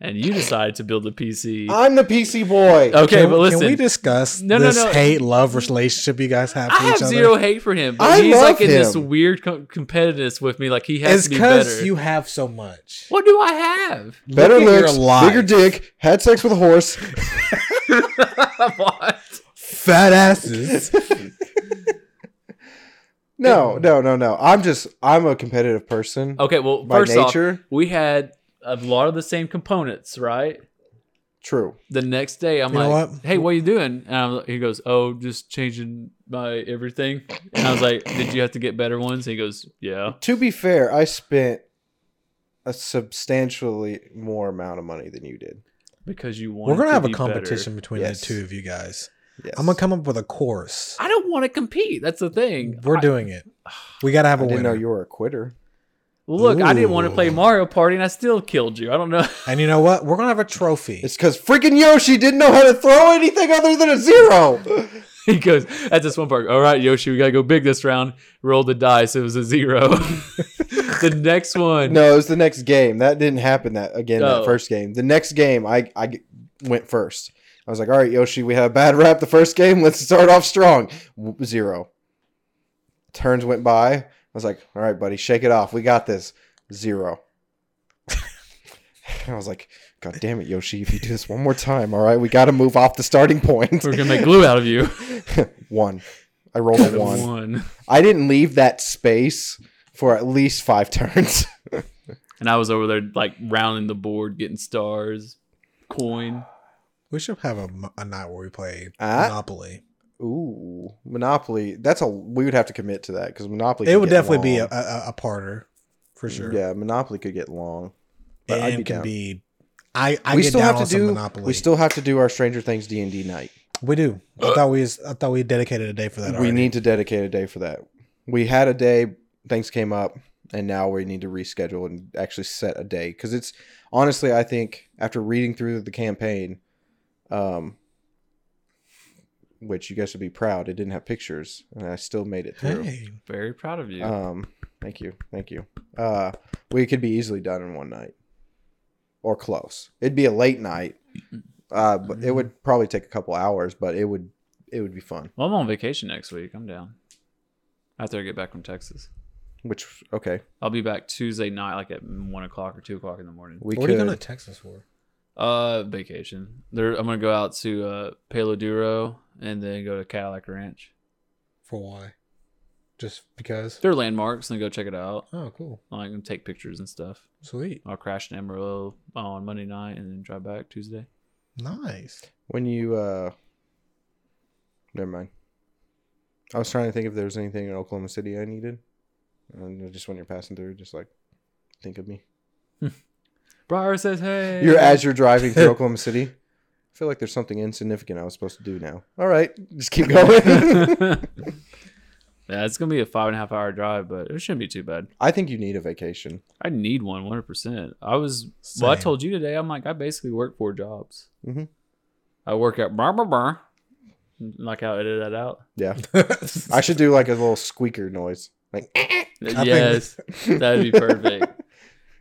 C: and you decide to build a PC.
B: I'm the PC boy.
C: okay,
A: Can-
C: but listen,
A: Can we discuss
C: No, no,
A: this
C: no.
A: hate love relationship you guys have for
C: I have
A: each other?
C: zero hate for him, but
B: I
C: he's
B: love
C: like in this
B: him.
C: weird com- competitiveness with me. Like he has
A: It's
C: to be
A: because
C: better.
A: you have so much.
C: what do I have?
A: Look
B: Better
A: at your
B: looks,
A: life.
B: bigger dick, had sex with a horse.
C: what?
A: fat asses.
B: No, no, no, no. I'm just I'm a competitive person
C: Okay, well,
B: by
C: first off,
B: nature.
C: we had a lot of the same components, right?
B: True.
C: The next day, I'm
A: You know
C: like,
A: what?
C: "Hey, what are you doing?" And I'm, he goes, "Oh, just changing my everything." And I was like, "Did you have to get better ones?" And he goes, "Yeah."
B: To be fair, I spent a substantially more amount of money than you did.
C: because you want.
A: We're gonna
C: to
A: have a
C: be
A: competition between
B: Yes.
A: the two of you guys.
B: Yes.
A: I'm gonna come up with a course.
C: better. I don't want to compete. That's the thing.
A: We're
C: I-
A: doing it. We gotta
B: I
A: have a
B: didn't
A: winner.
B: know you were a quitter.
C: Look, I didn't want to
A: Ooh.
C: play Mario Party, and I still killed you. I don't know.
A: and you know what? We're gonna have a trophy.
B: It's because freaking Yoshi didn't know how to throw anything other than a zero.
C: he goes at this one part. All right, Yoshi, we gotta go big this round. Roll the dice. It was a zero. the next one.
B: no, it was the next game. That didn't happen. That again,
C: Oh.
B: that first game. The next game, I I g- went first. I was like, all right, Yoshi, we had a bad rap the first game. Let's start off strong. W- Zero. Turns went by. I was like, all right, buddy, shake it off. We got this. Zero. I was like, God damn it, Yoshi! If you do this one more time, all right, we got to move off the starting point.
C: We're gonna make glue out of you.
B: one. I rolled a one. I didn't leave that space for at least five turns.
C: And I was over there like rounding the board, getting stars, coin.
A: we should have a, m- a night where we play
B: Ah.
A: Monopoly.
B: Ooh, Monopoly. That's a we would have to commit to that because Monopoly.
A: It
B: could
A: would
B: get
A: definitely be a,
B: long.
A: a, a parter for sure.
B: Yeah, Monopoly could get long. But I'd
A: and
B: be
A: it can
B: down.
A: be. I I
B: we
A: get
B: still
A: down
B: have
A: on
B: to
A: some
B: do.
A: Monopoly.
B: We still have to do our Stranger Things D and D night.
A: we do.
C: Uh,
A: I thought we was, I thought we dedicated a day for that.
B: we
A: already.
B: need to dedicate a day for that. We had a day. Things came up, and now we need to reschedule and actually set a day because it's honestly, I think after reading through the campaign, um, which you guys would be proud, it didn't have pictures, and I still made it through.
A: Hey,
C: Very proud of you.
B: Um, thank you, thank you. Uh, we could be easily done in one night, or close. It'd be a late night. Uh, but it would probably take a couple hours, but it would it would be fun.
C: well, I'm on vacation next week. I'm down. After I get back from Texas,
B: Which okay,
C: I'll be back Tuesday night, like at one o'clock or two o'clock in the morning.
B: we
A: what are
B: could.
A: you going to Texas for?
C: Uh, vacation. There, I'm gonna go out to uh Palo Duro and then go to Cadillac Ranch.
A: For why? Just because?
C: They're landmarks, and go check it out.
A: Oh, cool,
C: I'm gonna take pictures and stuff.
A: sweet,
C: I'll crash in Amarillo on Monday night and then drive back Tuesday.
A: nice.
B: when you uh, never mind. I was trying to think if there was anything in Oklahoma City I needed, and just when you're passing through, just like think of me.
C: Briar says, "Hey."
B: You're as you're driving through Oklahoma City. I feel like there's something insignificant I was supposed to do now. All right, just keep going.
C: yeah, it's gonna be a five and a half hour drive, but it shouldn't be too bad.
B: I think you need a vacation.
C: I need one, one hundred percent. I was well.
A: Same.
C: I
A: Mm-hmm.
C: told you today. I'm like, I basically work four jobs.
B: Mhm.
C: I work at bar bar bar. Like how I edit that out.
B: Yeah, I
A: I
B: should do like a little squeaker noise. Like
A: think-
C: yes, that'd be perfect.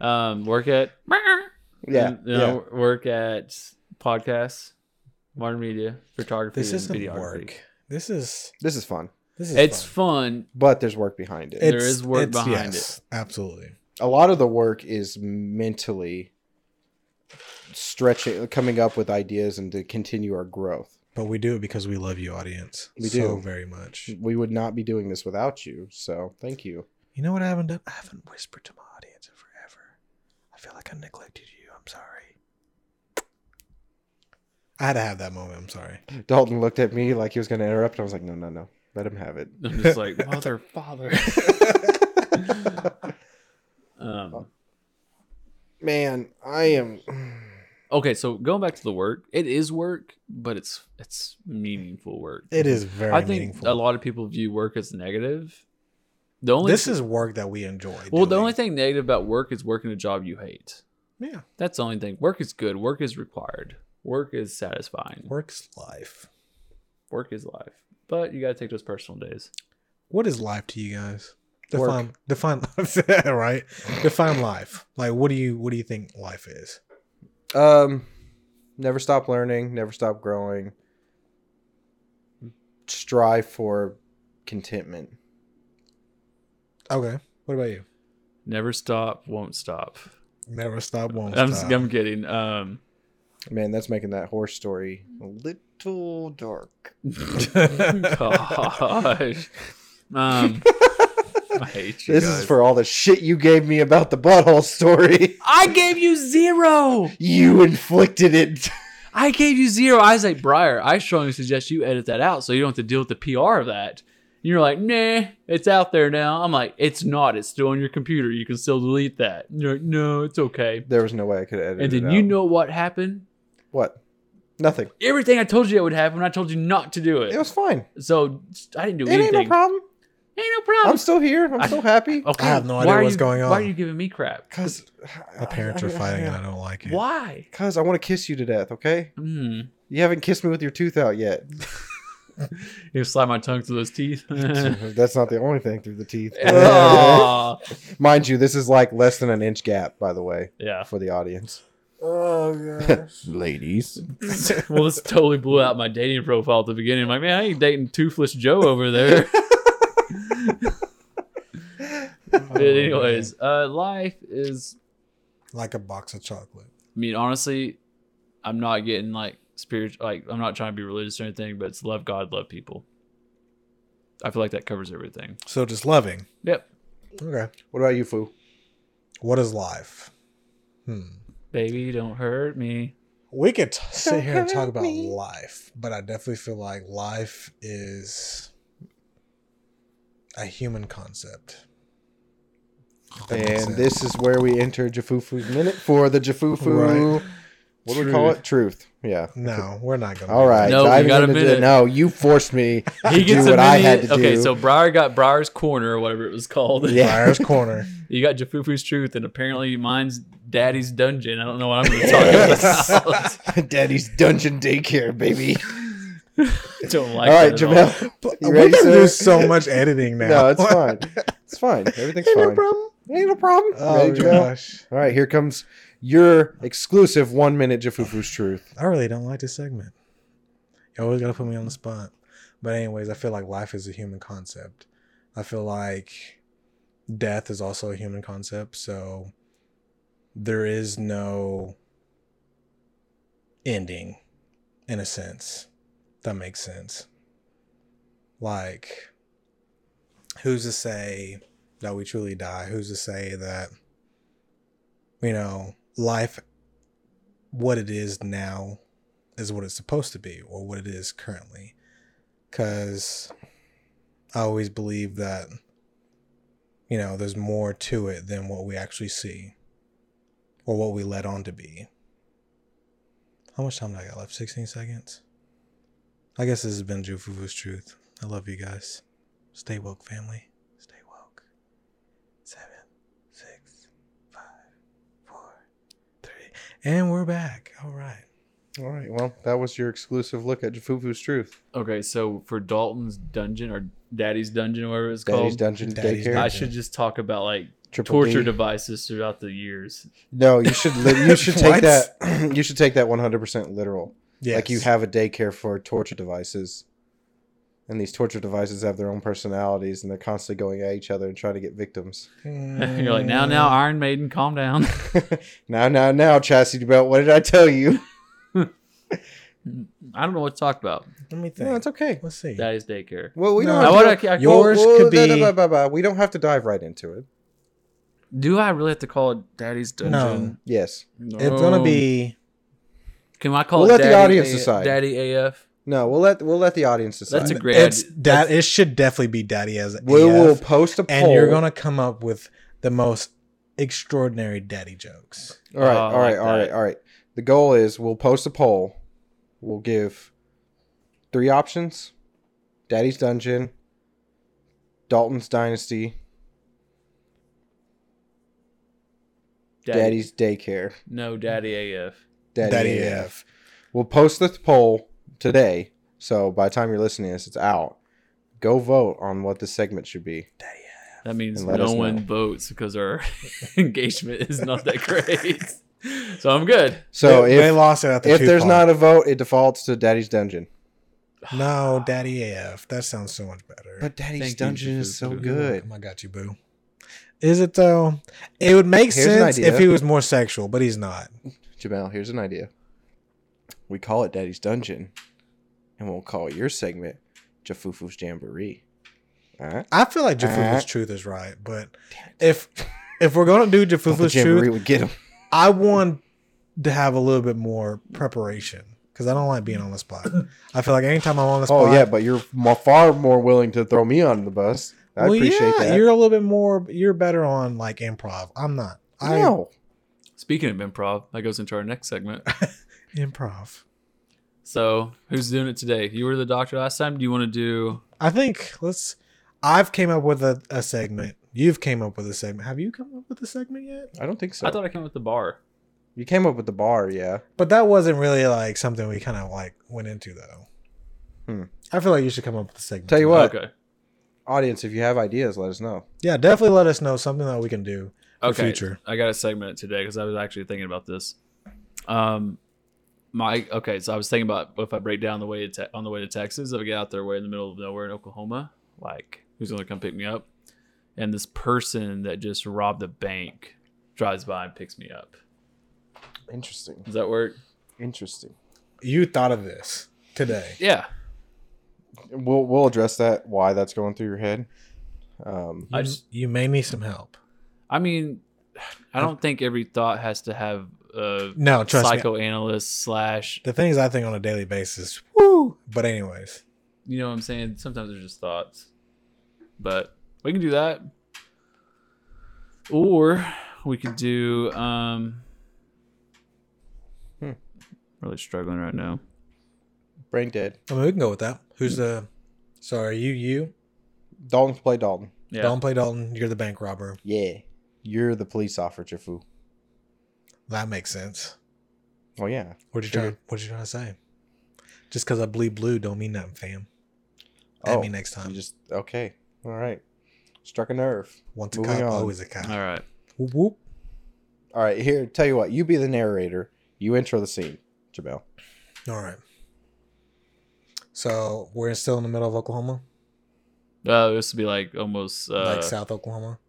C: um, work at
B: yeah,
C: and, you
B: yeah.
C: know, work at podcasts, modern media, photography.
A: This
C: and
A: isn't
C: videography.
A: work. This is
B: This is fun,
A: this is.
C: It's
A: fun.
C: fun.
B: but there's work behind it.
C: It- there is work behind
A: it. Absolutely.
B: a lot of the work is mentally stretching, coming up with ideas, and to continue our growth.
A: But we do it because we love you, audience.
B: We
A: so
B: do.
A: very much.
B: We would not be doing this without you. So thank you.
A: You know what I haven't done? I haven't whispered to my audience in forever. I feel like I neglected you. I'm sorry. I had to have that moment. I'm sorry.
B: Dalton looked at me like he was going to interrupt. and I was like, no, no, no. Let him have it.
C: I'm just like mother, father. um,
B: Man, I am.
C: okay, so going back to the work, it is work, but it's it's meaningful work.
A: It is very
C: I think
A: meaningful.
C: a lot of people view work as negative. The only
A: this is work that we enjoy.
C: well, the
A: doing.
C: only thing negative about work is working a job you hate.
A: Yeah.
C: That's the only thing. Work is good. Work is required. Work is satisfying. Work,
A: Work's life.
C: is life. But you got to take those personal days.
A: What is life to you guys?
C: Work.
A: Define define right. Define life. Like what do you what do you think life is?
B: Um, never stop learning, never stop growing. Strive for contentment.
A: Okay. What about you?
C: Never stop, won't stop.
A: Never stop, won't
C: I'm,
A: stop.
C: I'm kidding. Um,
B: Man, that's making that horse story a little dark.
C: gosh. Um, I hate you.
B: This
C: guys.
B: is for all the shit you gave me about the butthole story.
C: I gave you zero.
B: You inflicted it.
C: I gave you zero, Isaac Breyer. I strongly suggest you edit that out so you don't have to deal with the PR of that. And you're like, nah, it's out there now. I'm like, it's not. It's still on your computer. You can still delete that. And you're like, no, it's okay.
B: There was no way I could edit
C: And
B: it.
C: then you
B: out.
C: know what happened?
B: what? Nothing.
C: Everything I told you that would happen, I told you not to do it.
B: It was fine.
C: so I didn't do
B: It ain't
C: anything.
B: no problem.
C: Ain't no
B: I'm
C: problem.
B: still here. I'm still happy.
C: okay,
A: I have no
C: why
A: idea
C: are
A: what's
C: you-
A: going
C: Why are
A: on.
C: you giving me crap?
B: Cause
A: My parents are fighting and I don't like it.
C: Why?
B: Cause I want to kiss you to death. Okay.
C: Mm.
B: You haven't kissed me with your tooth out yet.
C: You slide my tongue through those teeth.
B: That's not the only thing through the teeth.
C: Aw.
B: Mind you, this is like less than an inch gap, by the way,
C: yeah.
B: for the audience.
A: Oh gosh.
B: Ladies.
C: well, this totally blew out my dating profile at the beginning. I'm like, man, I ain't dating Toothless Joe over there. but anyways, uh, life is.
A: like a box of chocolate.
C: I mean, honestly, I'm not getting like spiritual. Like, I'm not trying to be religious or anything, but it's love God, love people. I feel like that covers everything.
A: So just loving.
C: Yep,
A: Okay.
B: What about you, Foo?
A: What is life? Hmm.
C: baby, don't hurt me.
A: We could t- sit
B: Don't
A: here and talk
B: hurt
A: about
B: me.
A: life, but I definitely feel like life is a human concept. If that makes
B: And
A: sense.
B: this is where we enter Jafufu's minute for the Jafufu.
A: Right.
B: What do we call it? Truth. Yeah.
A: No, we're not gonna.
B: All
A: do
B: right.
C: No, you
B: diving
C: got a
B: into the-
C: minute.
B: no, you forced me to
C: He
B: do
C: gets a
B: what I
C: mini-
B: had to
C: okay,
B: do.
C: so Briar got Briar's Corner or whatever it was called.
A: that.
B: Yeah.
A: Briar's corner.
C: You got Jafufu's Truth, and apparently mine's Daddy's Dungeon. I don't know what I'm going to talk about.
B: Daddy's dungeon daycare, baby.
C: don't like
B: all right,
C: that at all.
B: Jamel.
A: we
B: ready,
A: can
B: sir?
A: do so much editing now.
B: No, it's fine. It's fine. Everything's
A: Ain't no
B: fine.
A: problem.
B: Ain't no problem.
A: Oh
B: Ready, Jamel?
A: gosh,
B: All right, here comes your exclusive one minute Jafufu's truth.
A: I really don't like this segment. You always gotta put me on the spot. But anyways, I feel like life is a human concept. I feel like death is also a human concept. So there is no ending, in a sense. If That makes sense. Like, who's to say that we truly die? Who's to say that, you know, life, what it is now, is what it's supposed to be or what it is currently? Because I always believe that, you know, there's more to it than what we actually see or what we let on to be. How much time do I got left? 16 seconds? I guess this has been Jufufu's Truth. I love you guys. Stay woke, family. Stay woke. Seven, six, five, four, three. And we're back. All right.
B: All right, well, that was your exclusive look at Jafufu's truth.
C: Okay, so for Dalton's Dungeon or Daddy's Dungeon or whatever it's
B: Daddy's
C: called,
B: dungeon
A: Daddy's
B: daycare.
C: I should just talk about like
B: Triple
C: torture
B: D.
C: devices throughout the years.
B: No, you should li- you should take
A: What?
B: that you should take that 100% literal.
A: Yes.
B: Like you have a daycare for torture devices. And these torture devices have their own personalities and they're constantly going at each other and trying to get victims.
A: Uh,
C: You're like, now,
B: Mm.
C: now, Iron Maiden, calm down.
B: now, now, now, Chastity Belt, what did I tell you?
C: I don't know what to talk about.
A: Let me think.
B: No, it's okay.
A: Let's see.
C: Daddy's daycare.
B: Well, we
A: No.
B: don't
C: I
B: have to,
C: wanna, I- I-
A: Your- Yours could
B: blah, blah,
A: be-
B: blah, blah, blah. we don't have to dive right into it.
C: do I really have to call it Daddy's Dungeon?
B: Yes.
C: No.
A: It's gonna be
B: Oh.
C: Can I call
B: We'll
C: it
B: let the
C: Daddy
B: audience
C: A-
B: decide.
C: Daddy AF?
B: No, we'll let we'll let the audience decide.
C: That's a great.
A: it's
C: idea.
A: that it should definitely be daddy as
B: we
A: AF,
B: will post a poll.
A: and you're gonna come up with the most extraordinary daddy jokes.
B: All right,
C: Oh, I
B: all right,
C: like
B: all right,
C: that.
B: all right. The goal is we'll post a poll. We'll give three options: Daddy's Dungeon, Dalton's Dynasty,
C: Daddy-
B: Daddy's Daycare,
C: No, Daddy AF.
B: Daddy, E
A: Daddy E
B: AF.
A: AF.
B: We'll post this poll today, so by the time you're listening to this, it's out. Go vote on what this segment should be.
A: Daddy E
C: That means
B: And let
C: no
B: us
C: one
B: know.
C: votes because our engagement is not that great. so I'm good.
B: So
A: they,
B: if
A: they lost it at the
B: if
A: two
B: there's
A: part.
B: not a vote, it defaults to Daddy's Dungeon.
A: no daddy AF, that sounds so much better.
B: But Daddy's
C: Thank you,
B: Dungeon is
C: Jujutsu.
B: so
C: You're
A: Good.
B: good.
A: I got you, boo. Is it though? It would make
B: Here's an
A: sense
B: idea.
A: if he was more sexual, but he's not.
B: Jamel, here's an idea. We call it Daddy's Dungeon, and we'll call your segment Jafufu's Jamboree. All right.
A: I feel like Jafufu's
B: Uh.
A: truth is right, but
B: Damn it.
A: if if we're gonna do
B: Thought the
A: Jafufu's
B: Jamboree
A: truth,
B: would get him.
A: I want to have a little bit more preparation because I don't like being on the spot. I feel like anytime I'm on the spot,
B: Oh yeah, but you're mo- far more willing to throw me on the bus. I
A: well,
B: appreciate
A: yeah,
B: that.
A: You're a little bit more. You're better on like improv. I'm not. I
B: no,
C: Speaking of improv, that goes into our next segment.
A: improv.
C: So who's doing it today? You were the doctor last time. Do you want to do?
A: I think let's. I've came up with a, a segment. You've came up with a segment. Have you come up with a segment yet?
B: I don't think so.
C: I thought I came with the bar.
B: you came up with the bar, yeah.
A: But that wasn't really like something we kind of like went into though.
B: Hmm.
A: I feel like you should come up with a segment.
B: Tell you what,
C: Okay.
B: audience, if you have ideas, let us know.
A: Yeah, definitely let us know something that we can do. for
C: Okay.
A: future.
C: I got a segment today because I was actually thinking about this. Um, my okay. So I was thinking about if I break down the way to te- on the way to Texas, if I get out there, way in the middle of nowhere in Oklahoma, like who's gonna come pick me up? And this person that just robbed a bank drives by and picks me up.
B: Interesting.
C: Does that work?
B: Interesting.
A: You thought of this today.
C: Yeah.
B: We'll we'll address that. Why that's going through your head. Um,
C: I
A: You-
C: just-
A: you may need some help.
C: I mean, I don't think every thought has to have a
A: No, trust me.
C: psychoanalyst slash.
A: The things I think on a daily basis. Woo! But anyways,
C: You know what I'm saying? Sometimes they're just thoughts, but we can do that, or we could do. um
B: Hmm.
C: Really struggling right now.
B: brain dead.
A: I mean we can go with that. Who's the? So are you you?
B: Dalton can play Dalton.
C: Yeah.
A: Don't play Dalton. You're the bank robber.
B: Yeah. You're the police officer, foo.
A: That makes sense.
B: Oh yeah.
A: What you
B: Sure.
A: trying? What you trying to say? Just because I bleed blue don't mean nothing, fam. At
B: Oh,
A: me next time.
B: You just okay. All right. Struck a nerve.
A: Once a
B: moving
A: cop,
B: on.
A: always a cop.
C: All right.
A: Whoop, whoop.
B: All right. Here, tell you what. You be the narrator. You intro the scene, Jamel.
A: All right. So we're still in the middle of Oklahoma,
C: Uh, this would be like almost. Uh,
A: like South Oklahoma.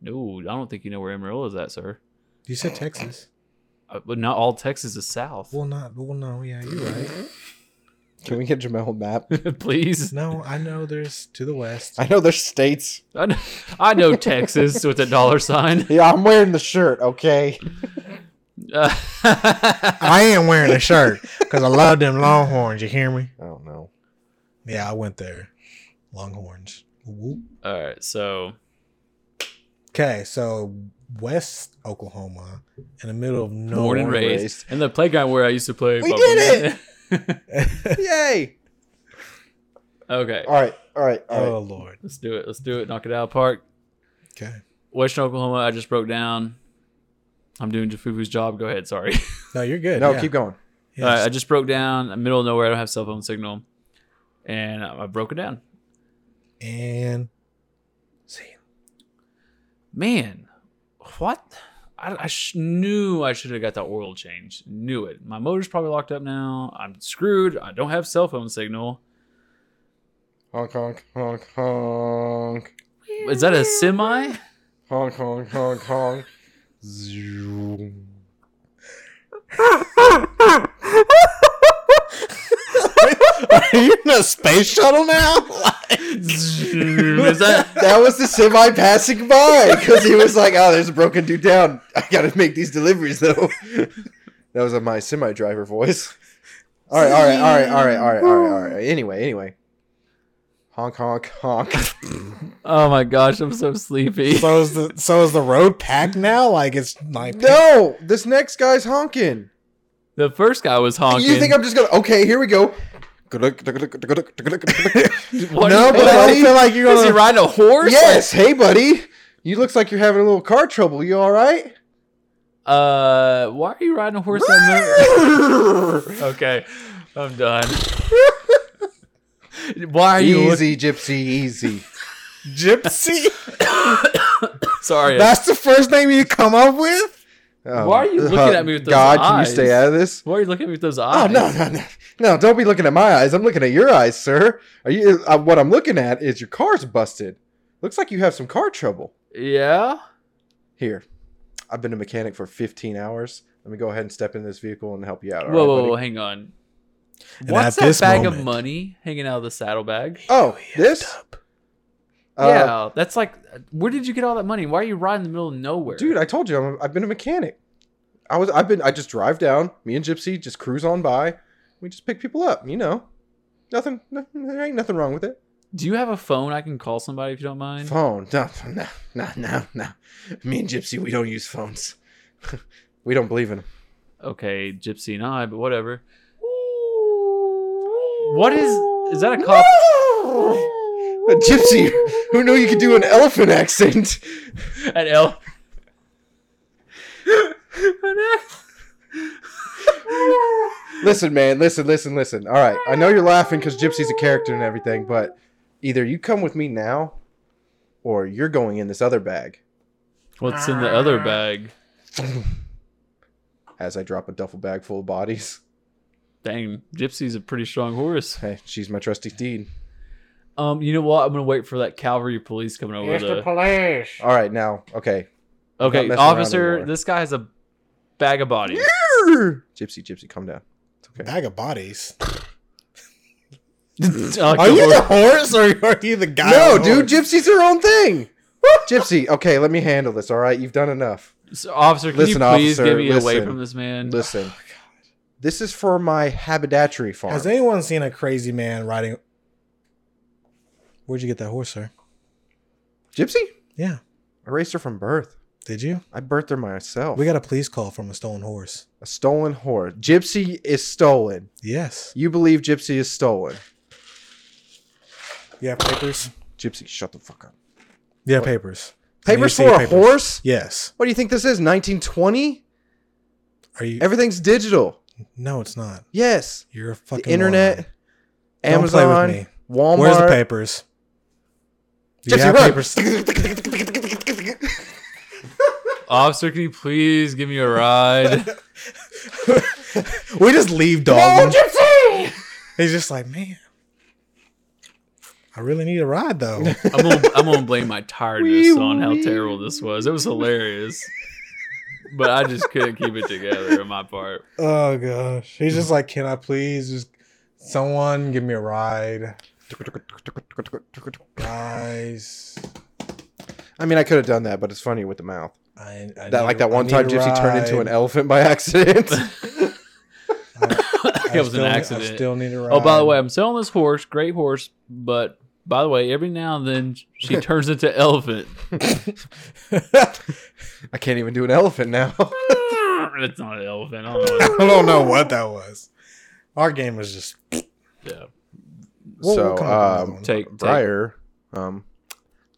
C: No, I don't think you know where Amarillo is at, sir.
A: You said Texas.
C: Uh, but not all Texas is south.
A: Well, not. Well, no. Yeah, you're right.
B: Can we get Jamel a map?
C: Please.
A: No, I know there's to the west.
B: I know there's states.
C: I know, I know Texas with a dollar sign.
B: Yeah, I'm wearing the shirt. Okay.
C: Uh,
A: I am wearing a shirt because I love them Longhorns. You hear me?
B: I don't know.
A: Yeah, I went there. Longhorns. Whoop.
C: all right, so
A: Okay, so West Oklahoma, in the middle of nowhere.
C: born and
B: born and
C: raised, and the playground where I used to play.
B: We
C: bubble-
B: did Yay!
C: okay,
B: All right. All right. All right.
A: oh Lord.
C: let's do it. Let's do it. Knock it out of the park.
A: Okay.
C: Western Oklahoma. I just broke down. I'm doing Jafufu's job. Go ahead. Sorry.
A: No, you're good.
B: no,
A: Oh, yeah.
B: keep going.
A: Yeah,
C: All right, I just broke down. Middle of nowhere. I don't have cell phone signal, and I I broke it down.
A: and see.
C: man, what? I, I sh- knew I should have got that oil change. Knew it. My motor's probably locked up now. I'm screwed. I don't have cell phone signal.
B: Honk, honk, honk, honk.
C: Is that a semi?
B: Honk, honk, honk, honk. Zoom.
A: Are you in a space shuttle now?
C: Is that?
B: That was the semi passing by because he was like, oh, there's a broken dude down. I got to make these deliveries, though. that was uh, my semi driver voice. All right, all right, all right, all right, all right, all right, all right. Anyway, anyway. Honk, honk, honk.
C: Oh my gosh, I'm so sleepy.
A: so is the so is the road packed now? Like it's like
B: No, this next guy's honking.
C: The first guy was honking.
B: You think I'm just gonna? Okay, here we go.
C: What
A: no,
C: is-
A: but I
B: buddy?
A: don't feel like you're
C: is he
A: gonna.
C: riding a horse?
B: yes, hey buddy, you looks like you're having a little car trouble. You all right?
C: Uh, why are you riding a horse? on the- okay, I'm done. why are you?
B: easy, gypsy, easy.
A: Gypsy?
C: Sorry.
A: That's the first name you come up with?
B: Um,
C: Why are you looking at me with those
B: God, can you
C: eyes?
B: stay out of this?
C: why are you looking at me with those
B: Oh
C: eyes?
B: no, no, no, no! Don't be looking at my eyes. I'm looking at your eyes, sir. Are you? Uh, what I'm looking at is your car's busted. Looks like you have some car trouble.
C: Yeah.
B: Here, I've been a mechanic for 15 hours. Let me go ahead and step in this vehicle and help you out. all
C: whoa,
B: right,
C: whoa,
B: buddy?
C: whoa, hang on.
A: And
C: What's
A: at
C: that
A: this
C: bag of
A: moment-
C: money hanging out of the saddlebag?
B: Oh, this?
A: Up.
B: Uh,
C: yeah, that's like, where did you get all that money? Why are you riding in the middle of nowhere,
B: dude, I told you I'm, I've been a mechanic. I was. I've been. I just drive down. Me and Gypsy just cruise on by. We just pick people up. You know, nothing. nothing there ain't nothing wrong with it.
C: Do you have a phone I can call somebody if you don't mind?
B: Phone? No, no, no, no, no. Me and Gypsy, we don't use phones. we don't believe in them.
C: Okay, Gypsy and I, but whatever. What is is that a cop?
B: A gypsy who knew you could do an elephant accent.
C: An L. An L.
B: Listen, man, listen, listen, listen. All right, I know you're laughing because Gypsy's a character and everything, but either you come with me now, or you're going in this other bag.
C: What's in the other bag?
B: As I drop a duffel bag full of bodies.
C: Dang, Gypsy's a pretty strong horse.
B: Hey, she's my trusty steed.
C: Um, you know what? I'm gonna wait for that cavalry police coming over.
D: It's the
C: The...
D: police.
B: All right, now, okay.
C: Okay,
B: messing around
C: officer,
B: anymore.
C: this guy has a bag of bodies.
B: Gypsy, Gypsy, calm down. It's okay.
A: Bag of bodies.
C: Like
A: Are
C: the
A: you
C: horse-
A: the horse or are you the guy?
B: Oh, No,
A: on the
B: dude,
A: horse?
B: Gypsy's her own thing. Gypsy, okay, let me handle this. All right, you've done enough.
C: So, officer, can
B: Listen,
C: you please
B: officer,
C: get me away
B: listen.
C: from this man?
B: Listen, this is for my haberdashery farm.
A: Has anyone seen a crazy man riding? Where'd you get that horse, sir?
B: Gypsy,
A: Yeah,
B: I raised her from birth.
A: did you?
B: I birthed her myself.
A: We got a police call from a stolen horse.
B: a stolen horse. Gypsy is stolen.
A: Yes.
B: You believe Gypsy is stolen.
A: You have papers.
B: Gypsy, shut the fuck up.
A: Yeah, papers. I need
B: Papers
A: to
B: for
A: see
B: a
A: papers.
B: horse?
A: Yes.
B: What do you think this is? 1920?
A: Are you?
B: Everything's digital.
A: no, it's not.
B: Yes.
A: You're a fucking
B: The internet,
A: moron. Don't play with
B: Amazon,
A: me.
B: Walmart.
A: Where's the papers? Do you
B: Gypsy,
A: have
B: run.
A: papers?
C: Officer, can you please give me a ride?
A: we just leave
B: No,
A: Dalton.
B: Gypsy!
A: He's just like, man, I really need a ride though.
C: I'm gonna, I'm gonna blame my tiredness
B: Wee,
C: on how
B: wee.
C: terrible this was. It was hilarious, but I just couldn't keep it together on my part.
A: oh gosh, he's
B: Mm.
A: just like, can I please just someone give me a ride, guys?
B: I mean, I could have done that, but it's funny with the mouth.
A: I, I
B: That
A: need
B: like
A: a-
B: that
A: I
B: one
A: need
B: time
A: a
B: Gypsy turned into an
A: ride.
B: elephant by accident.
C: it was an
A: still-
C: accident.
A: I still need a ride.
C: Oh, by the way, I'm selling this horse, great horse, but by the way, every now and then she turns into elephant.
B: I can't even do an elephant now.
C: That's not an elephant. I don't know.
A: I don't know what that was. Our game was just
C: Yeah.
A: We'll-
B: so
A: we'll come up with
B: um,
A: another one.
C: Take, take
B: Briar um,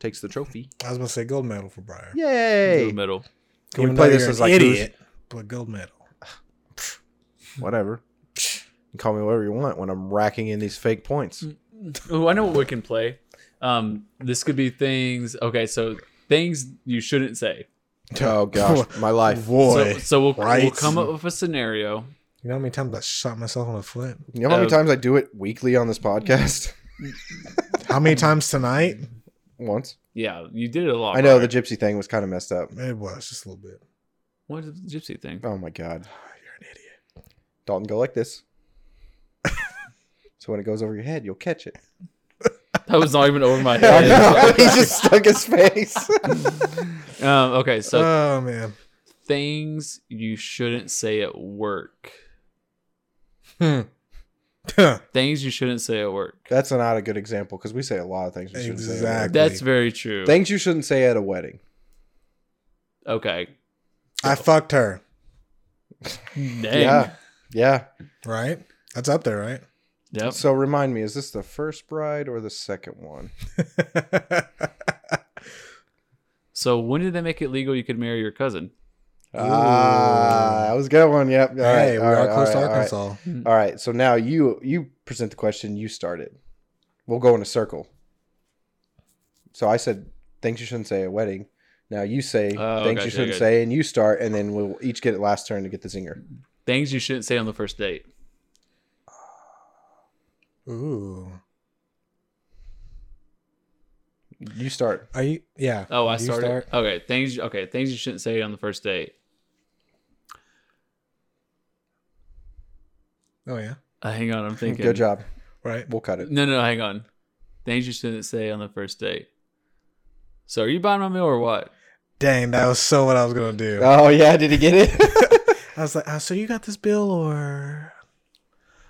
B: takes the trophy.
A: I was gonna say gold medal for Briar.
C: the
B: Yay!
C: middle.
B: Can we
A: Even
B: play
A: though
B: this
A: you're
B: as
A: an
B: like
A: idiot? But gold medal.
B: Whatever. You can call me whatever you want when I'm racking in these fake points.
A: Mm.
C: Oh, I know what we can play. Um, this could be things. Okay, so things you shouldn't say.
B: Oh gosh, my life.
A: Boy,
C: So, so we'll, we'll
A: right.
C: come up with a scenario.
A: you know how many times I shot myself on the foot?
B: You know how many
C: Uh,
B: times I do it weekly on this podcast?
A: How many times tonight?
B: Once.
C: Yeah, you did it a lot.
B: I know the
C: Brian.
B: gypsy thing was kind of messed up.
A: It was just a little bit.
C: What is the gypsy thing?
B: Oh my god.
A: You're an idiot.
B: Dalton, go like this. so when it goes over your head, you'll catch it.
C: That was not even over my
B: I know.
C: head.
B: he just stuck his face.
C: um, okay, so
B: Uh.
A: oh man.
C: things you shouldn't say at work.
A: Hmm. Huh.
C: Things you shouldn't say at work.
B: That's not a good example because we say a lot of things. We shouldn't say at a wedding.
A: Exactly.
C: That's very true.
B: Things you shouldn't say at a wedding.
C: okay.
A: I fucked her.
C: Dang.
B: Yeah. Yeah.
A: Right. That's up there, right?
C: Yep.
B: So remind me, is this the first bride or the second one?
C: So when did they make it legal you could marry your cousin?
B: Ah, that was a good one. Yep. All right.
A: hey, we
B: all
A: are
B: right,
A: close to
B: all right, all right.
A: Arkansas.
B: All right. So now you you present the question. You start it. We'll go in a circle. so I said things you shouldn't say at a wedding. Now you say
C: Oh,
B: things
C: gotcha,
B: you shouldn't
C: gotcha.
B: say, and you start, and then we'll each get it last turn to get the zinger.
C: Things you shouldn't say on the first date.
A: Ooh.
B: You start.
A: Are you? Yeah.
C: Oh, I
A: You
C: started.
A: start?
C: Okay, things. Okay, things you shouldn't say on the first date.
A: Oh yeah.
C: Uh, hang on, I'm thinking.
B: Good job.
A: Right.
B: We'll cut it.
C: No, no, hang on. Things you shouldn't say on the first date. So, are you buying my meal or what?
A: Dang, that was so what I was gonna do.
B: Oh yeah, did he get it?
A: I was like, oh, so you got this bill or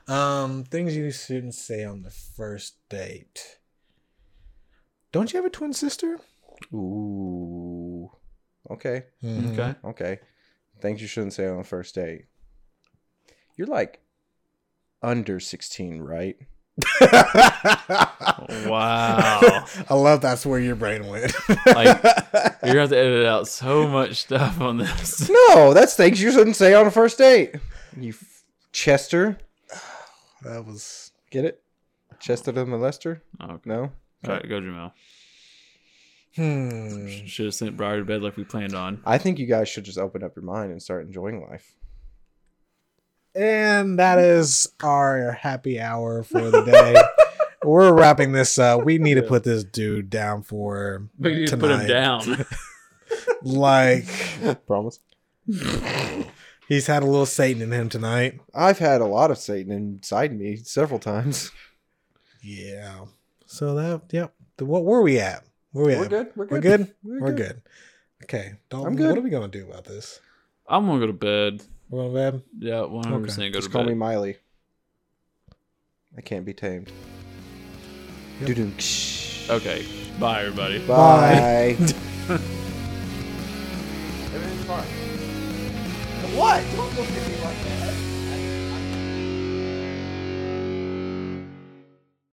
A: um things you shouldn't say on the first date. Don't you have a twin sister?
B: Ooh. Okay.
A: Mm-hmm.
C: Okay.
B: Okay. Things you shouldn't say on the first date. You're like under 16, right?
C: Wow.
A: I love that's where your brain went.
C: Like you're gonna have to edit out so much stuff on this.
B: No, that's things you shouldn't say on a first date. You f- Chester,
A: that was
B: get it? Chester the molester?
C: Okay.
B: No.
C: All right, go Jamel.
A: hmm.
C: Should have sent Briar to bed like we planned on.
B: I think you guys should just open up your mind and start enjoying life.
A: And that is our happy hour for the day. We're wrapping this up. We need to put this dude down for
C: We need to put him
A: tonight.
C: down.
A: Like
B: Promise.
A: he's had a little Satan in him tonight.
B: I've had a lot of Satan inside me several times.
A: Yeah. So that yep. The, what were we at? Where we at?
B: We're
A: We're good.
B: We're
A: We're good. Okay. Dalton,
B: I'm good.
A: What are we gonna do about this?
C: I'm gonna go to bed.
A: We're going to bed.
C: Yeah, 100 percent go
B: Just
C: to
B: call
C: bed.
B: me Miley. I can't be tamed.
A: Yep.
B: Doo-doo.
C: okay, bye everybody.
A: Bye.
B: Bye. Everything's fine. What? Don't look at me like that.